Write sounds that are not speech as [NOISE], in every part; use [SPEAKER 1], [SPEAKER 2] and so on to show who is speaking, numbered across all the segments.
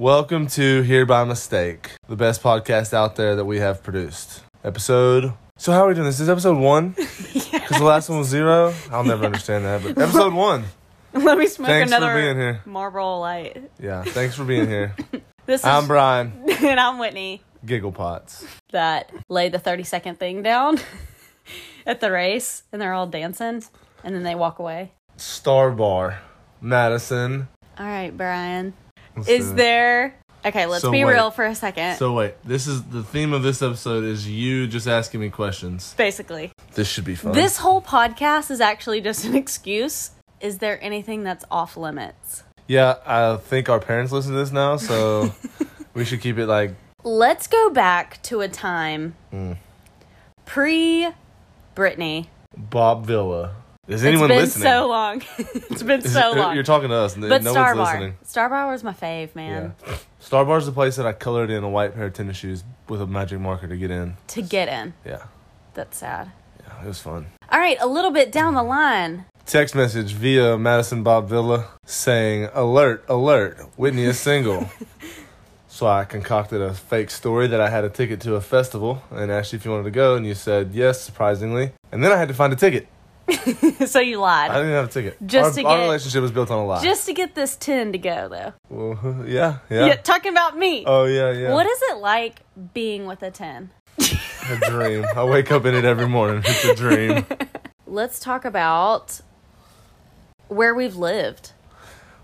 [SPEAKER 1] Welcome to Here by Mistake, the best podcast out there that we have produced. Episode. So how are we doing? This is episode one because the last one was zero. I'll never understand that. But episode one.
[SPEAKER 2] [LAUGHS] Let me smoke
[SPEAKER 1] Thanks
[SPEAKER 2] another
[SPEAKER 1] for being here.
[SPEAKER 2] Marlboro Light.
[SPEAKER 1] Yeah. Thanks for being here.
[SPEAKER 2] [LAUGHS] This is
[SPEAKER 1] I'm Brian
[SPEAKER 2] [LAUGHS] and I'm Whitney
[SPEAKER 1] Gigglepots.
[SPEAKER 2] that laid the 30 second thing down [LAUGHS] at the race and they're all dancing and then they walk away.
[SPEAKER 1] Star Bar, Madison.
[SPEAKER 2] All right, Brian.
[SPEAKER 1] Let's do
[SPEAKER 2] Is
[SPEAKER 1] it.
[SPEAKER 2] there Okay, let's
[SPEAKER 1] So
[SPEAKER 2] be
[SPEAKER 1] wait.
[SPEAKER 2] real for a second.
[SPEAKER 1] So wait, this is the theme of this episode is you just asking me questions.
[SPEAKER 2] Basically,
[SPEAKER 1] This should be fun.
[SPEAKER 2] this whole podcast is actually just an [LAUGHS] excuse. Is there anything that's off limits?
[SPEAKER 1] Yeah, I think our parents listen to this now,
[SPEAKER 2] [LAUGHS]
[SPEAKER 1] so we should keep it like
[SPEAKER 2] Let's go back to a time
[SPEAKER 1] Mm.
[SPEAKER 2] pre Britney.
[SPEAKER 1] Bob Villa. Is anyone
[SPEAKER 2] it's been
[SPEAKER 1] listening?
[SPEAKER 2] so long. [LAUGHS] it's been
[SPEAKER 1] Is- uh,
[SPEAKER 2] so long.
[SPEAKER 1] You're talking to us, and
[SPEAKER 2] But
[SPEAKER 1] no one's
[SPEAKER 2] Star Bar.
[SPEAKER 1] listening.
[SPEAKER 2] Star Bar was my fave,
[SPEAKER 1] Yeah.
[SPEAKER 2] man.
[SPEAKER 1] Star Bar's the place that I colored in a white pair of tennis shoes with a magic marker to get in.
[SPEAKER 2] To get in.
[SPEAKER 1] Yeah,
[SPEAKER 2] That's sad.
[SPEAKER 1] yeah it was fun.
[SPEAKER 2] All right, a little bit down the line. [LAUGHS]
[SPEAKER 1] Text message via Madison Bob Villa saying, Alert, alert, Whitney is
[SPEAKER 2] [LAUGHS]
[SPEAKER 1] single. so I concocted a fake story that I had a ticket to a festival and asked you if you wanted to go, and you said yes, surprisingly. And then I had to find a ticket.
[SPEAKER 2] so you
[SPEAKER 1] I
[SPEAKER 2] lied.
[SPEAKER 1] didn't have a ticket.
[SPEAKER 2] Just
[SPEAKER 1] our,
[SPEAKER 2] to
[SPEAKER 1] our
[SPEAKER 2] get-
[SPEAKER 1] relationship was built on a lie.
[SPEAKER 2] Just to get this 10 to go, though.
[SPEAKER 1] Well, [LAUGHS] yeah,
[SPEAKER 2] Yeah,
[SPEAKER 1] yeah.
[SPEAKER 2] talking about me.
[SPEAKER 1] Oh, yeah, yeah.
[SPEAKER 2] What is it like being with a 10?
[SPEAKER 1] a dream. I wake up in it every morning. It's a dream.
[SPEAKER 2] Let's talk about where we've lived.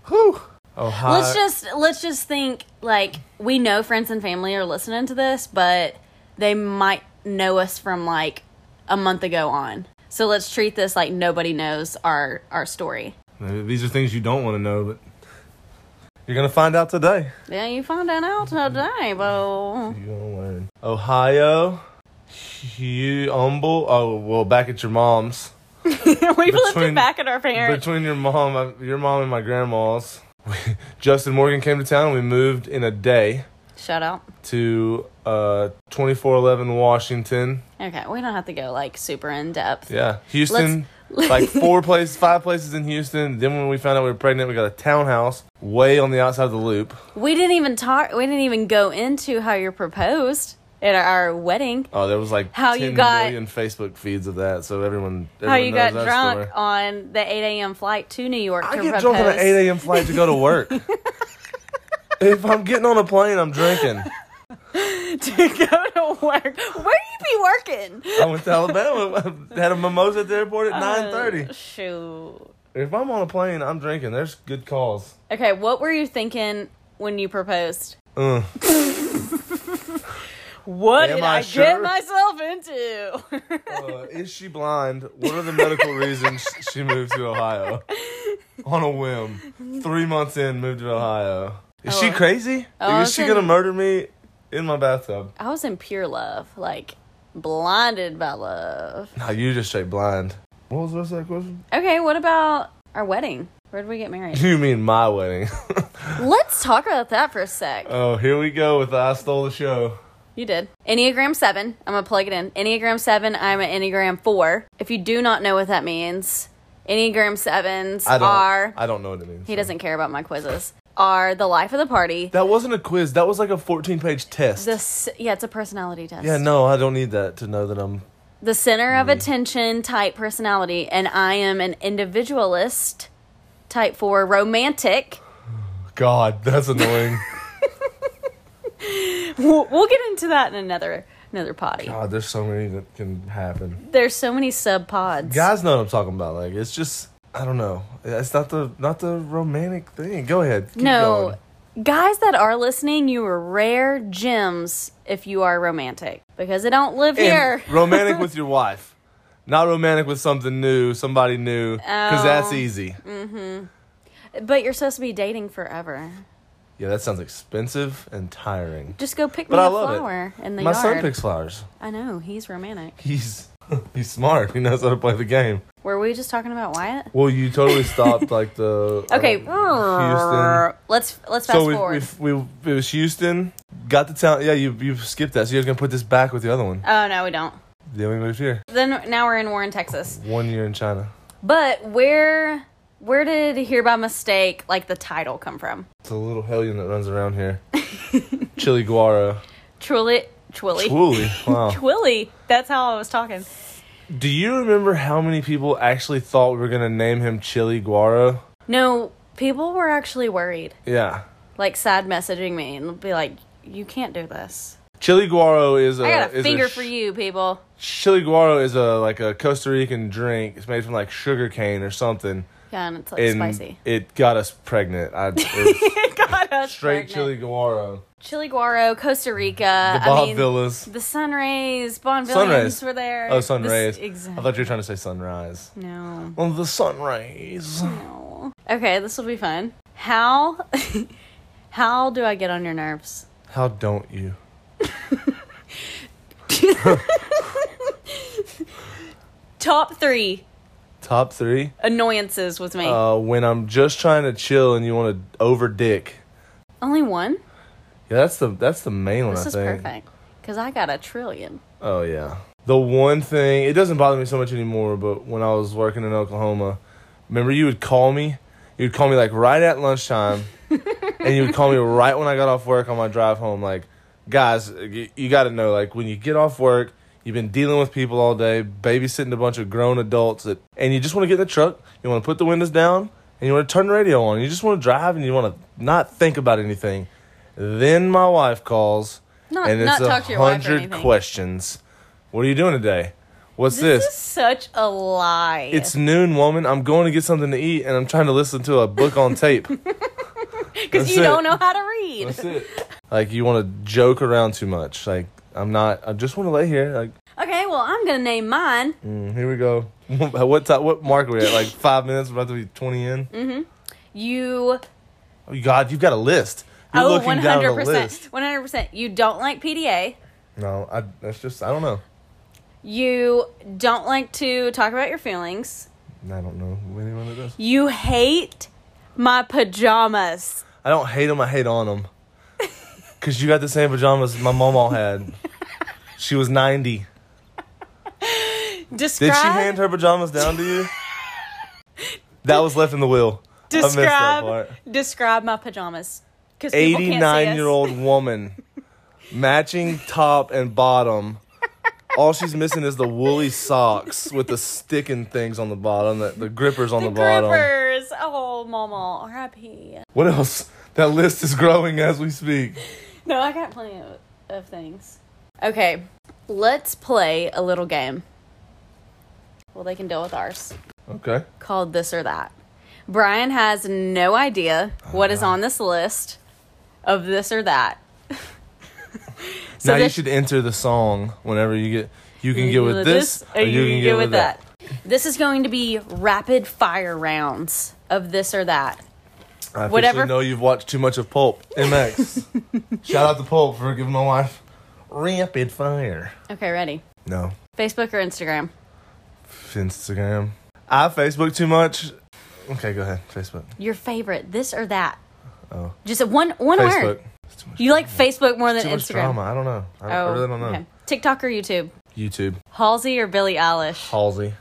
[SPEAKER 1] Whew. Oh, Ohio.
[SPEAKER 2] let's just let's just think like we know friends and family are listening to this, but they might know us from like a month ago on. So let's treat this like nobody knows our our story.
[SPEAKER 1] These are things you don't want to know, but you're gonna find out today.
[SPEAKER 2] Yeah, you find that out today, [LAUGHS] bo.
[SPEAKER 1] You're gonna learn. Ohio, you humble. Oh well, back at your mom's.
[SPEAKER 2] We've lived
[SPEAKER 1] Between-
[SPEAKER 2] it back at our parents.
[SPEAKER 1] Between your mom, uh, your mom and my grandma's, [LAUGHS] Justin Morgan came to town. We moved in a day
[SPEAKER 2] Shut up.
[SPEAKER 1] to uh 2411 Washington.
[SPEAKER 2] Okay, we don't have to go like super in depth.
[SPEAKER 1] Yeah, Houston.
[SPEAKER 2] [LAUGHS]
[SPEAKER 1] like four places, five places in Houston. Then when we found out we were pregnant, we got a townhouse way on the outside of the loop.
[SPEAKER 2] We didn't even talk. We didn't even go into how you're proposed at our wedding.
[SPEAKER 1] Oh, there was like
[SPEAKER 2] How
[SPEAKER 1] 10
[SPEAKER 2] you got-
[SPEAKER 1] million Facebook feeds of that, so everyone, everyone
[SPEAKER 2] How you
[SPEAKER 1] knows
[SPEAKER 2] got
[SPEAKER 1] that
[SPEAKER 2] drunk Oh,
[SPEAKER 1] Story.
[SPEAKER 2] on the 8 a.m. flight to New York
[SPEAKER 1] I
[SPEAKER 2] to
[SPEAKER 1] get
[SPEAKER 2] propose.
[SPEAKER 1] drunk on an eight a.m. flight to go to work.
[SPEAKER 2] [LAUGHS]
[SPEAKER 1] if I'm getting on a plane, I'm drinking.
[SPEAKER 2] [LAUGHS] to go to work. Where you be working?
[SPEAKER 1] I went to Alabama, [LAUGHS] had a mimosa at the airport at nine thirty.
[SPEAKER 2] Uh, shoot.
[SPEAKER 1] If I'm on a plane, I'm drinking. There's good calls.
[SPEAKER 2] Okay, what were you thinking when you proposed?
[SPEAKER 1] Ugh.
[SPEAKER 2] [LAUGHS] What
[SPEAKER 1] Mm. Am
[SPEAKER 2] did
[SPEAKER 1] I
[SPEAKER 2] I,
[SPEAKER 1] sure?
[SPEAKER 2] get myself into? [LAUGHS]
[SPEAKER 1] Uh, is she blind? What are the medical reasons she moved to Ohio on a whim? Three months in, moved to Ohio. Is she
[SPEAKER 2] Oh.
[SPEAKER 1] crazy?
[SPEAKER 2] Oh, I
[SPEAKER 1] is she
[SPEAKER 2] was
[SPEAKER 1] gonna
[SPEAKER 2] in-
[SPEAKER 1] murder me in my bathtub?
[SPEAKER 2] I was in pure love, like blinded by love.
[SPEAKER 1] No, you just straight blind. What was the rest of that question?
[SPEAKER 2] Okay, what about our wedding? Where did we
[SPEAKER 1] [LAUGHS]
[SPEAKER 2] get married?
[SPEAKER 1] You mean my wedding? [LAUGHS]
[SPEAKER 2] Let's talk about that for a sec.
[SPEAKER 1] oh, here we go with the I stole the show.
[SPEAKER 2] You did. Enneagram 7. I'm going to plug it in. Enneagram 7, I'm an Enneagram 4. If you do not know what that means, Enneagram 7s
[SPEAKER 1] I don't.
[SPEAKER 2] are.
[SPEAKER 1] I don't know what it means.
[SPEAKER 2] He doesn't care about my quizzes. Are the life of the party.
[SPEAKER 1] That wasn't a quiz. That was like a 14-page test.
[SPEAKER 2] The s- yeah, it's a personality test.
[SPEAKER 1] yeah, no, Mm. I don't need that to know that I'm.
[SPEAKER 2] The center of attention type personality, and I am an individualist type four romantic.
[SPEAKER 1] God, that's annoying. [LAUGHS]
[SPEAKER 2] We'll, we'll get into that in another another potty.
[SPEAKER 1] God, there's so many that can happen.
[SPEAKER 2] There's so many sub pods.
[SPEAKER 1] guys know what I'm talking about. Like it's just I don't know. It's not the not the romantic thing. Go ahead. Keep
[SPEAKER 2] no,
[SPEAKER 1] Going.
[SPEAKER 2] guys that are listening, you are rare gems if you are romantic because I don't live
[SPEAKER 1] And
[SPEAKER 2] here.
[SPEAKER 1] romantic
[SPEAKER 2] [LAUGHS]
[SPEAKER 1] with your wife, not romantic with something new, somebody new, because
[SPEAKER 2] Oh.
[SPEAKER 1] that's easy.
[SPEAKER 2] but you're supposed to be dating forever.
[SPEAKER 1] Yeah, that sounds expensive and tiring.
[SPEAKER 2] Just go pick
[SPEAKER 1] But
[SPEAKER 2] me
[SPEAKER 1] I
[SPEAKER 2] a
[SPEAKER 1] love it.
[SPEAKER 2] flower in the
[SPEAKER 1] My
[SPEAKER 2] yard.
[SPEAKER 1] son picks flowers.
[SPEAKER 2] I know he's romantic.
[SPEAKER 1] He's [LAUGHS] he's smart. He knows how to play the game.
[SPEAKER 2] Were we just talking about Wyatt?
[SPEAKER 1] Well, you totally
[SPEAKER 2] [LAUGHS]
[SPEAKER 1] stopped like the I
[SPEAKER 2] Okay,
[SPEAKER 1] don't- Uh, Houston.
[SPEAKER 2] let's let's fast
[SPEAKER 1] So we,
[SPEAKER 2] forward.
[SPEAKER 1] we we it was Houston. Got the town. Yeah, you you skipped that. So you're gonna put this back with the other one.
[SPEAKER 2] oh no, we don't.
[SPEAKER 1] Then we moved here.
[SPEAKER 2] Then now we're in Warren, Texas.
[SPEAKER 1] One year in China.
[SPEAKER 2] But where Where did Here by Mistake, like the title, come from?
[SPEAKER 1] It's a little hellion that runs around
[SPEAKER 2] [LAUGHS]
[SPEAKER 1] here. Chili Guaro.
[SPEAKER 2] Twilly. Twilly. [LAUGHS]
[SPEAKER 1] Truly. Wow.
[SPEAKER 2] Twilly. That's how I was talking.
[SPEAKER 1] Do you remember how many people actually thought we were going to name him Chili Guaro?
[SPEAKER 2] No, people were actually worried.
[SPEAKER 1] Yeah.
[SPEAKER 2] Like, sad messaging me and be like, you can't do this.
[SPEAKER 1] Chili Guaro is a
[SPEAKER 2] I got a
[SPEAKER 1] is
[SPEAKER 2] finger
[SPEAKER 1] sh-
[SPEAKER 2] for you, people.
[SPEAKER 1] Chili Guaro is a like a Costa Rican drink. It's made from like sugar cane or something.
[SPEAKER 2] Yeah, and it's like
[SPEAKER 1] And
[SPEAKER 2] spicy. [LAUGHS]
[SPEAKER 1] it got us pregnant. I it was
[SPEAKER 2] got us
[SPEAKER 1] straight
[SPEAKER 2] pregnant.
[SPEAKER 1] Chili Guaro.
[SPEAKER 2] Chili Guaro, Costa Rica.
[SPEAKER 1] The Bob
[SPEAKER 2] I mean,
[SPEAKER 1] Villas.
[SPEAKER 2] the Sunrays, Bonvillians
[SPEAKER 1] Sunrays.
[SPEAKER 2] were there.
[SPEAKER 1] Oh, sun
[SPEAKER 2] This-
[SPEAKER 1] rays. I
[SPEAKER 2] Exactly.
[SPEAKER 1] thought you were trying to say sunrise.
[SPEAKER 2] No.
[SPEAKER 1] Well, the sun rays.
[SPEAKER 2] No. Okay, this will be fun. How [LAUGHS] how do I get on your nerves?
[SPEAKER 1] How don't you?
[SPEAKER 2] Top three
[SPEAKER 1] Top three.
[SPEAKER 2] annoyances with me.
[SPEAKER 1] Uh, when I'm just trying to chill and you want to over dick.
[SPEAKER 2] Only one.
[SPEAKER 1] Yeah, that's the that's the main one.
[SPEAKER 2] This
[SPEAKER 1] I
[SPEAKER 2] is
[SPEAKER 1] think.
[SPEAKER 2] perfect because I got a trillion.
[SPEAKER 1] Oh yeah. The one thing it doesn't bother me so much anymore, but when I was working in Oklahoma, remember you would call me. You'd call me like right at
[SPEAKER 2] [LAUGHS]
[SPEAKER 1] lunchtime, and you would call me right when I got off work on my drive home. Like, guys, y- you got to know, like when you get off work, you've been dealing with people all day, babysitting a bunch of grown adults, that, and you just want to get in the truck. You want to put the windows down, and you want to turn the radio on. You just want to drive, and you want to not think about anything. Then my wife calls,
[SPEAKER 2] Not-
[SPEAKER 1] and it's
[SPEAKER 2] not
[SPEAKER 1] a
[SPEAKER 2] talk to your wife or
[SPEAKER 1] hundred
[SPEAKER 2] anything.
[SPEAKER 1] questions. What are you doing today? What's
[SPEAKER 2] This
[SPEAKER 1] this?
[SPEAKER 2] is such a lie.
[SPEAKER 1] It's noon, woman. I'm going to get something to eat, and I'm trying to listen to a book on
[SPEAKER 2] [LAUGHS]
[SPEAKER 1] tape.
[SPEAKER 2] because you
[SPEAKER 1] that's it.
[SPEAKER 2] don't know how to read.
[SPEAKER 1] That's it. Like you want to joke around too much. Like I'm not. I just want to lay here. Like
[SPEAKER 2] Okay, well I'm gonna name mine.
[SPEAKER 1] mm, here we go. [LAUGHS] what time? What mark are we at? Like five minutes. We're about to be twenty in.
[SPEAKER 2] Mm. You
[SPEAKER 1] Oh God, you've got a list. You're
[SPEAKER 2] oh
[SPEAKER 1] looking
[SPEAKER 2] one
[SPEAKER 1] down at
[SPEAKER 2] hundred
[SPEAKER 1] a list.
[SPEAKER 2] percent, one hundred percent. You don't like PDA.
[SPEAKER 1] No, I. That's just. I don't know.
[SPEAKER 2] You don't like to talk about your feelings.
[SPEAKER 1] I don't know anyone that does.
[SPEAKER 2] You hate my pajamas.
[SPEAKER 1] I don't hate them. I hate on
[SPEAKER 2] [LAUGHS]
[SPEAKER 1] them. Cause you got the same pajamas my mom all had.
[SPEAKER 2] [LAUGHS]
[SPEAKER 1] She was ninety.
[SPEAKER 2] Describe.
[SPEAKER 1] Did she hand her pajamas down to [LAUGHS] you? that was left in the will. I missed that part.
[SPEAKER 2] describe. Describe my pajamas. Because
[SPEAKER 1] Eighty-nine year old woman, matching top and bottom. All she's missing is the woolly socks with the sticking things on the bottom, the, the grippers on the, bottom.
[SPEAKER 2] Grippers. Oh, mama. R.I.P.
[SPEAKER 1] What else? That list is growing as we speak.
[SPEAKER 2] No, I got plenty of, of things. Okay, let's play a little game. Well, they can deal with ours.
[SPEAKER 1] Okay.
[SPEAKER 2] Called this or that. Brian has no idea what is
[SPEAKER 1] Uh-huh.
[SPEAKER 2] on this list of this
[SPEAKER 1] [LAUGHS]
[SPEAKER 2] or that. So
[SPEAKER 1] now you
[SPEAKER 2] this-
[SPEAKER 1] should enter the song whenever you get. You can get with this, or you can get with that.
[SPEAKER 2] This is going to be rapid fire rounds of this or that.
[SPEAKER 1] I
[SPEAKER 2] Whatever-
[SPEAKER 1] officially know you've watched too much of Pulp.
[SPEAKER 2] [LAUGHS]
[SPEAKER 1] MX. Shout out to Pulp for giving my wife rapid fire.
[SPEAKER 2] Okay, ready?
[SPEAKER 1] No.
[SPEAKER 2] Facebook or Instagram?
[SPEAKER 1] Instagram. I Facebook too much. Okay, go ahead. Facebook.
[SPEAKER 2] Your favorite, this or that?
[SPEAKER 1] Oh.
[SPEAKER 2] Just one one
[SPEAKER 1] Facebook.
[SPEAKER 2] word.
[SPEAKER 1] It's too much,
[SPEAKER 2] You like Facebook more than
[SPEAKER 1] too much
[SPEAKER 2] Instagram? Oh,
[SPEAKER 1] drama. I don't know. I, I really don't know.
[SPEAKER 2] okay. TikTok or YouTube?
[SPEAKER 1] YouTube.
[SPEAKER 2] Halsey or Billie Eilish?
[SPEAKER 1] Halsey.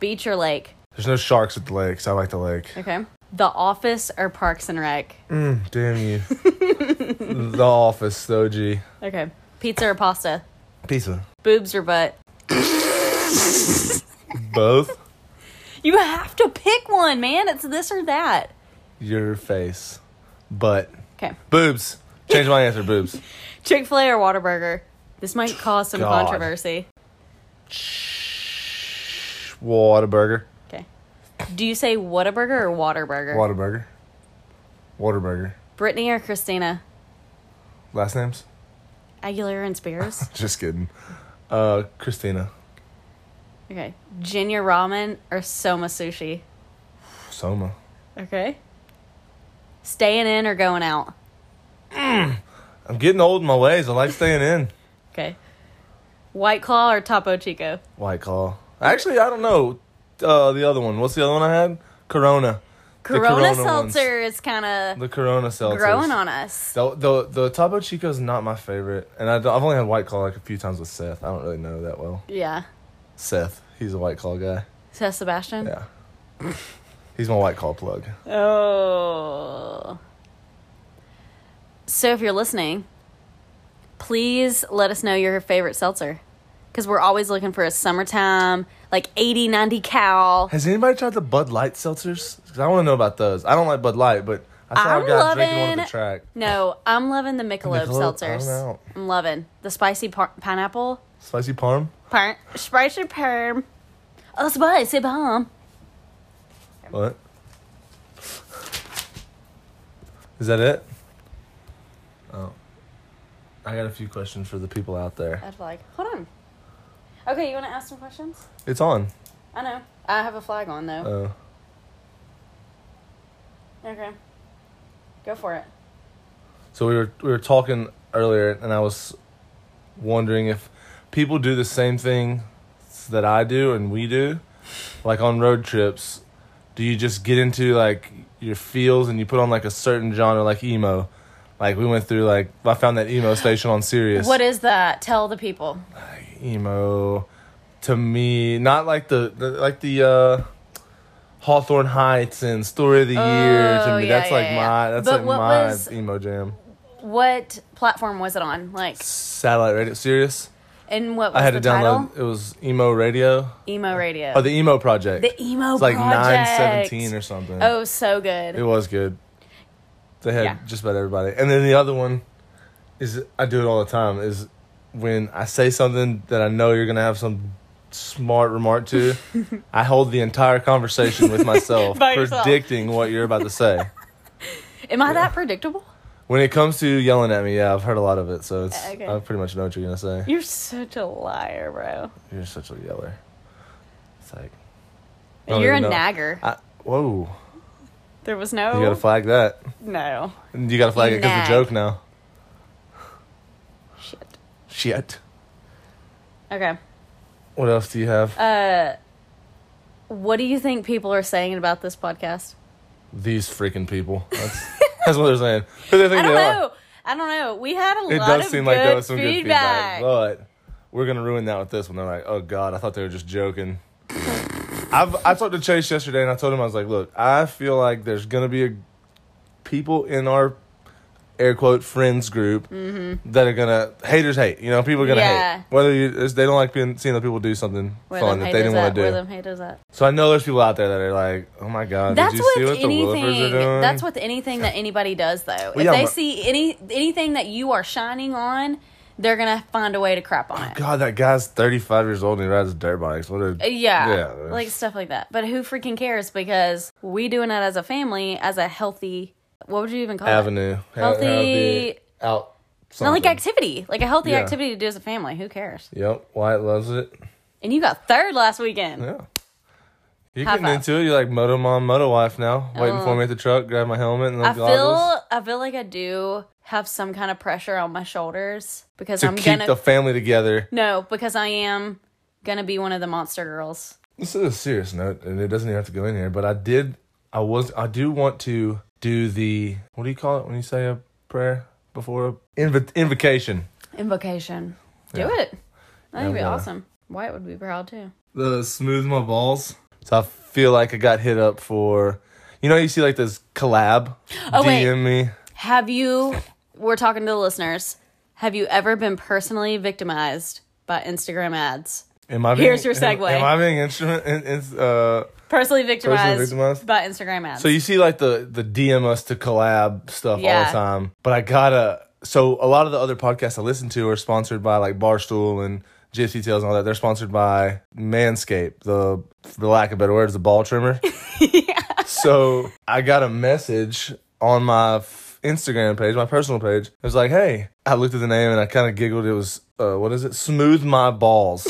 [SPEAKER 2] Beach or lake?
[SPEAKER 1] There's no sharks at the lake, so I like the lake.
[SPEAKER 2] Okay. The Office or Parks and Rec?
[SPEAKER 1] Mm, damn you.
[SPEAKER 2] [LAUGHS]
[SPEAKER 1] the office, though, G.
[SPEAKER 2] Okay. Pizza or pasta?
[SPEAKER 1] Pizza.
[SPEAKER 2] Boobs or butt?
[SPEAKER 1] Both.
[SPEAKER 2] You have to pick one, man. It's this or that.
[SPEAKER 1] Your face. Butt.
[SPEAKER 2] Okay.
[SPEAKER 1] Boobs. Change my answer, boobs.
[SPEAKER 2] Chick Fil A or Whataburger? This might cause some
[SPEAKER 1] God.
[SPEAKER 2] controversy.
[SPEAKER 1] Whataburger.
[SPEAKER 2] Okay. Do you say Whataburger or Waterburger?
[SPEAKER 1] Whataburger. Whataburger.
[SPEAKER 2] Brittany or Christina?
[SPEAKER 1] Last names? [LAUGHS]
[SPEAKER 2] Aguilera and Spears?
[SPEAKER 1] Just kidding. Uh, Christina.
[SPEAKER 2] okay. Ginger Ramen or Soma Sushi?
[SPEAKER 1] Soma.
[SPEAKER 2] Okay. Staying in or going out?
[SPEAKER 1] I'm getting old in my ways. I like staying in.
[SPEAKER 2] Okay. White Claw or Topo Chico?
[SPEAKER 1] White Claw. Actually, I don't know. Uh, the other one. What's the other one I had? Corona. The
[SPEAKER 2] Corona,
[SPEAKER 1] ones.
[SPEAKER 2] Seltzer is kind of
[SPEAKER 1] The Corona seltzer.
[SPEAKER 2] growing on us.
[SPEAKER 1] The, the the Topo Chico's not my favorite, and I don't- I've only had White Claw like a few times with Seth. I don't really know that well.
[SPEAKER 2] Yeah.
[SPEAKER 1] Seth, he's a White Claw guy.
[SPEAKER 2] Seth Sebastian?
[SPEAKER 1] Yeah. [LAUGHS] He's my white call plug.
[SPEAKER 2] Oh. So if you're listening, please let us know your favorite seltzer. Because we're always looking for a summertime, like 80, 90
[SPEAKER 1] [LAUGHS]
[SPEAKER 2] cal.
[SPEAKER 1] Has anybody tried the Bud Light seltzers? Because I want to know about those. I don't like Bud Light, but I saw
[SPEAKER 2] I'm
[SPEAKER 1] a guy drinking one at
[SPEAKER 2] loving-
[SPEAKER 1] the track.
[SPEAKER 2] No, I'm loving the Michelob,
[SPEAKER 1] Michelob,
[SPEAKER 2] seltzers.
[SPEAKER 1] I'm
[SPEAKER 2] I'm,
[SPEAKER 1] out.
[SPEAKER 2] loving the spicy par- pineapple,
[SPEAKER 1] Spicy Parm.
[SPEAKER 2] par- spicy perm, oh spicy bomb.
[SPEAKER 1] What? Is that it? Oh. I got a few questions for the people out there.
[SPEAKER 2] I'd like, hold on. Okay, you want to ask some questions?
[SPEAKER 1] It's on.
[SPEAKER 2] I know. I have a flag on though.
[SPEAKER 1] Uh,
[SPEAKER 2] Okay. Go for it.
[SPEAKER 1] so we were we were talking earlier, and I was wondering if people do the same thing that I do and we do, like on road trips. Do you just get into like your feels and you put on like a certain genre, like emo? Like we went through like I found that emo station on Sirius.
[SPEAKER 2] What is that? Tell the people.
[SPEAKER 1] emo to me not like the, the like the uh Hawthorne Heights and Story of the Year
[SPEAKER 2] Oh,
[SPEAKER 1] to me
[SPEAKER 2] yeah,
[SPEAKER 1] that's
[SPEAKER 2] yeah,
[SPEAKER 1] like
[SPEAKER 2] yeah.
[SPEAKER 1] my that's
[SPEAKER 2] But
[SPEAKER 1] like
[SPEAKER 2] what
[SPEAKER 1] my
[SPEAKER 2] was-
[SPEAKER 1] emo jam.
[SPEAKER 2] What platform was it on? Like,
[SPEAKER 1] Satellite radio serious.
[SPEAKER 2] and what was
[SPEAKER 1] I had
[SPEAKER 2] the
[SPEAKER 1] to download
[SPEAKER 2] title?
[SPEAKER 1] it was emo radio.
[SPEAKER 2] Emo Radio.
[SPEAKER 1] Oh the emo project.
[SPEAKER 2] the Emo
[SPEAKER 1] it's like nine
[SPEAKER 2] Project.
[SPEAKER 1] seventeen or something.
[SPEAKER 2] Oh, so
[SPEAKER 1] It
[SPEAKER 2] good.
[SPEAKER 1] was good. They had
[SPEAKER 2] Yeah.
[SPEAKER 1] just about everybody. And then the other one is I do it all the time is when I say something that I know you're gonna have some smart remark
[SPEAKER 2] [LAUGHS]
[SPEAKER 1] to, I hold the entire conversation with myself,
[SPEAKER 2] By yourself.
[SPEAKER 1] predicting what you're about to say.
[SPEAKER 2] Am I that predictable?
[SPEAKER 1] When it comes to yelling at me, yeah, I've heard a lot of it, so it's
[SPEAKER 2] Okay.
[SPEAKER 1] I pretty much know what you're gonna say.
[SPEAKER 2] You're such a liar, bro.
[SPEAKER 1] You're such a yeller. It's like I don't
[SPEAKER 2] You're a
[SPEAKER 1] even know.
[SPEAKER 2] nagger.
[SPEAKER 1] I, whoa,
[SPEAKER 2] there was
[SPEAKER 1] you gotta
[SPEAKER 2] no
[SPEAKER 1] flag that.
[SPEAKER 2] no
[SPEAKER 1] You gotta flag
[SPEAKER 2] You
[SPEAKER 1] it 'cause it
[SPEAKER 2] nag.
[SPEAKER 1] because a joke now.
[SPEAKER 2] shit.
[SPEAKER 1] Shit.
[SPEAKER 2] Okay.
[SPEAKER 1] What else do you have?
[SPEAKER 2] Uh, what do you think people are saying about this podcast?
[SPEAKER 1] These freaking people. That's, [LAUGHS] that's what they're saying. Who they think
[SPEAKER 2] I don't
[SPEAKER 1] they
[SPEAKER 2] know. I don't know. We had a
[SPEAKER 1] are? It
[SPEAKER 2] lot
[SPEAKER 1] does
[SPEAKER 2] of
[SPEAKER 1] seem
[SPEAKER 2] good,
[SPEAKER 1] like there was some good
[SPEAKER 2] feedback.
[SPEAKER 1] feedback, but we're gonna ruin that with this one. They're like, "Oh God, I thought they were just joking." I've I talked to Chase yesterday, and I told him I was like, "Look, I feel like there's gonna be a people in our air quote friends group that are gonna haters hate. You know, people are gonna
[SPEAKER 2] Mm-hmm. Yeah.
[SPEAKER 1] hate whether you it's- they don't like being, seeing other people do something
[SPEAKER 2] Where
[SPEAKER 1] fun
[SPEAKER 2] them
[SPEAKER 1] that they didn't
[SPEAKER 2] haters
[SPEAKER 1] want to
[SPEAKER 2] at,
[SPEAKER 1] do.
[SPEAKER 2] Where them haters at.
[SPEAKER 1] So I know there's people out there that are like, "Oh my God,
[SPEAKER 2] That's
[SPEAKER 1] did you see
[SPEAKER 2] with
[SPEAKER 1] what the Wolfers are
[SPEAKER 2] anything.
[SPEAKER 1] doing?"
[SPEAKER 2] That's with anything that anybody does, though. if
[SPEAKER 1] yeah,
[SPEAKER 2] they
[SPEAKER 1] but-
[SPEAKER 2] see any anything that you are shining on, they're gonna find a way to crap on
[SPEAKER 1] [LAUGHS]
[SPEAKER 2] it.
[SPEAKER 1] God, that guy's 35 years old and he rides dirt bikes. What a
[SPEAKER 2] Uh, Yeah,
[SPEAKER 1] Yeah.
[SPEAKER 2] like stuff like that. But who freaking cares? Because we doing it as a family, as a healthy. What would you even call it?
[SPEAKER 1] avenue.
[SPEAKER 2] Healthy-
[SPEAKER 1] Healthy out.
[SPEAKER 2] Not
[SPEAKER 1] Something.
[SPEAKER 2] like activity, like a healthy
[SPEAKER 1] Yeah.
[SPEAKER 2] activity to do as a family. Who cares?
[SPEAKER 1] Yep, Wyatt loves it.
[SPEAKER 2] And you got third last weekend.
[SPEAKER 1] Yeah. You're
[SPEAKER 2] High
[SPEAKER 1] getting
[SPEAKER 2] five.
[SPEAKER 1] into it. You're like moto mom, moto wife now. Waiting
[SPEAKER 2] Oh.
[SPEAKER 1] for me at the truck. Grab my helmet and the
[SPEAKER 2] I
[SPEAKER 1] goggles
[SPEAKER 2] feel I feel like I do have some kind of pressure on my shoulders because
[SPEAKER 1] to
[SPEAKER 2] I'm
[SPEAKER 1] keep
[SPEAKER 2] gonna
[SPEAKER 1] the family together.
[SPEAKER 2] no because I am gonna be one of the monster girls.
[SPEAKER 1] This is a serious note, and it doesn't even have to go in here. But I did. I was. I do want to do the. What do you call it when you say a prayer before a inv- invocation?
[SPEAKER 2] Invocation. Do
[SPEAKER 1] Yeah. uh,
[SPEAKER 2] it. That would be
[SPEAKER 1] Yeah.
[SPEAKER 2] awesome. White would be proud too.
[SPEAKER 1] the smooth my balls. So I feel like I got hit up for, you know, you see like this collab
[SPEAKER 2] Oh, wait.
[SPEAKER 1] DM me.
[SPEAKER 2] Have you? We're talking to the listeners. Have you ever been personally victimized by Instagram ads?
[SPEAKER 1] Am I
[SPEAKER 2] Here's your segue.
[SPEAKER 1] Am, am I being instrument? In, in, uh,
[SPEAKER 2] Personally victimized,
[SPEAKER 1] victimized?
[SPEAKER 2] by Instagram ads.
[SPEAKER 1] so you see like the the DM us to collab stuff all
[SPEAKER 2] Yeah.
[SPEAKER 1] the time. But I gotta. So a lot of the other podcasts I listen to are sponsored by like Barstool and Gypsy Tales and all that. They're sponsored by Manscaped, the for the lack of better words, the ball trimmer. so I got a message on my f- Instagram page, my personal page. It was like, "Hey," I looked at the name and I kind of giggled. It was, uh, what is it? Smooth my balls.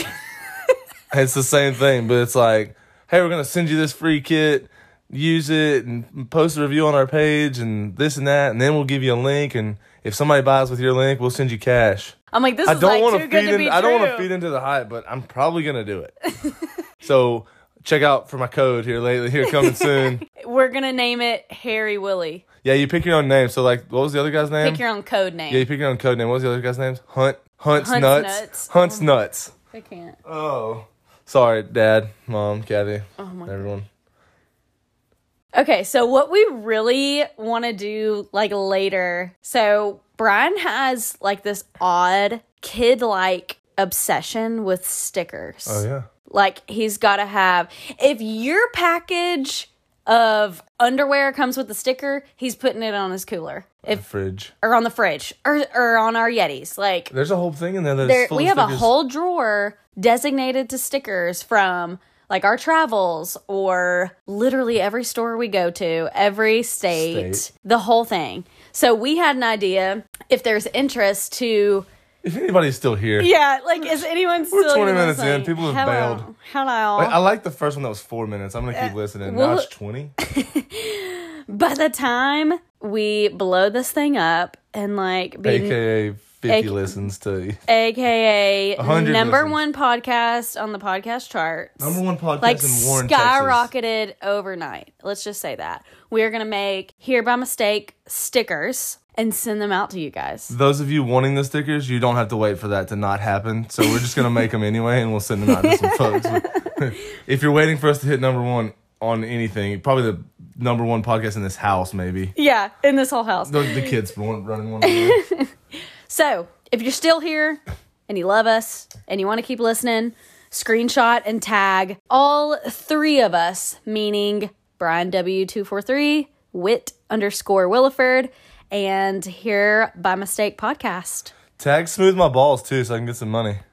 [SPEAKER 1] it's the same thing, but it's like, "Hey, we're gonna send you this free kit. Use it and post a review on our page and this and that, and then we'll give you a link. And if somebody buys with your link, we'll send you cash."
[SPEAKER 2] I'm like, this
[SPEAKER 1] I
[SPEAKER 2] is
[SPEAKER 1] don't
[SPEAKER 2] like
[SPEAKER 1] want
[SPEAKER 2] too
[SPEAKER 1] to
[SPEAKER 2] good
[SPEAKER 1] feed
[SPEAKER 2] to be
[SPEAKER 1] in. I don't want to
[SPEAKER 2] true.
[SPEAKER 1] feed into the hype, but I'm probably gonna do it. [LAUGHS] so check out for my code here lately. Here coming
[SPEAKER 2] [LAUGHS]
[SPEAKER 1] soon.
[SPEAKER 2] We're gonna name it Harry Willie.
[SPEAKER 1] yeah, you pick your own name. So like, what was the other guy's name?
[SPEAKER 2] Pick your own code name.
[SPEAKER 1] yeah, you pick your own code name. What was the other guy's name? Hunt. Hunt's,
[SPEAKER 2] Hunt's
[SPEAKER 1] nuts.
[SPEAKER 2] Nuts. Oh
[SPEAKER 1] Hunt's nuts.
[SPEAKER 2] I can't.
[SPEAKER 1] Oh, sorry, Dad, Mom, Kathy,
[SPEAKER 2] Oh my.
[SPEAKER 1] everyone.
[SPEAKER 2] Okay, so what we really want to do like later. So Brian has like this odd kid like obsession with stickers.
[SPEAKER 1] Oh yeah.
[SPEAKER 2] Like he's got to have if your package of underwear comes with a sticker, he's putting it on his cooler. If
[SPEAKER 1] Fridge.
[SPEAKER 2] or on the fridge or or on our Yetis. Like
[SPEAKER 1] There's a whole thing in there that's
[SPEAKER 2] there
[SPEAKER 1] full
[SPEAKER 2] we
[SPEAKER 1] of
[SPEAKER 2] have a
[SPEAKER 1] stickers.
[SPEAKER 2] whole drawer designated to stickers from like our travels or literally every store we go to, every state,
[SPEAKER 1] State.
[SPEAKER 2] the whole thing. So we had an idea if there's interest to
[SPEAKER 1] If anybody's still here.
[SPEAKER 2] yeah, like is anyone still
[SPEAKER 1] 20
[SPEAKER 2] even
[SPEAKER 1] minutes in.
[SPEAKER 2] listening?
[SPEAKER 1] People have
[SPEAKER 2] Hello.
[SPEAKER 1] bailed.
[SPEAKER 2] Hello.
[SPEAKER 1] I like the first one that was four minutes. I'm gonna keep listening.
[SPEAKER 2] Uh, well-
[SPEAKER 1] now it's twenty.
[SPEAKER 2] [LAUGHS] By the time we blow this thing up and like be
[SPEAKER 1] AKA fifty
[SPEAKER 2] A-
[SPEAKER 1] listens
[SPEAKER 2] [LAUGHS]
[SPEAKER 1] to
[SPEAKER 2] aka
[SPEAKER 1] 100
[SPEAKER 2] number
[SPEAKER 1] listens.
[SPEAKER 2] one podcast on the podcast charts.
[SPEAKER 1] number one podcast
[SPEAKER 2] like
[SPEAKER 1] in Warren, Texas.
[SPEAKER 2] skyrocketed overnight. Let's just say that. We're going to make here by mistake stickers and send them out to you guys.
[SPEAKER 1] Those of you wanting the stickers, you don't have to wait for that to not happen. So we're just gonna make them anyway, and we'll send them out to some
[SPEAKER 2] [LAUGHS]
[SPEAKER 1] folks. [LAUGHS] if you're waiting for us to hit number one on anything, probably the number one podcast in this house, maybe.
[SPEAKER 2] Yeah, in this whole house.
[SPEAKER 1] The, the kids run- running one.
[SPEAKER 2] [LAUGHS]
[SPEAKER 1] over.
[SPEAKER 2] So, if you're still here and you love us and you want to keep listening, screenshot and tag all three of us, meaning Brian W243, Wit underscore Williford, and Here by Mistake podcast.
[SPEAKER 1] Tag smooth my balls too, so I can get some money.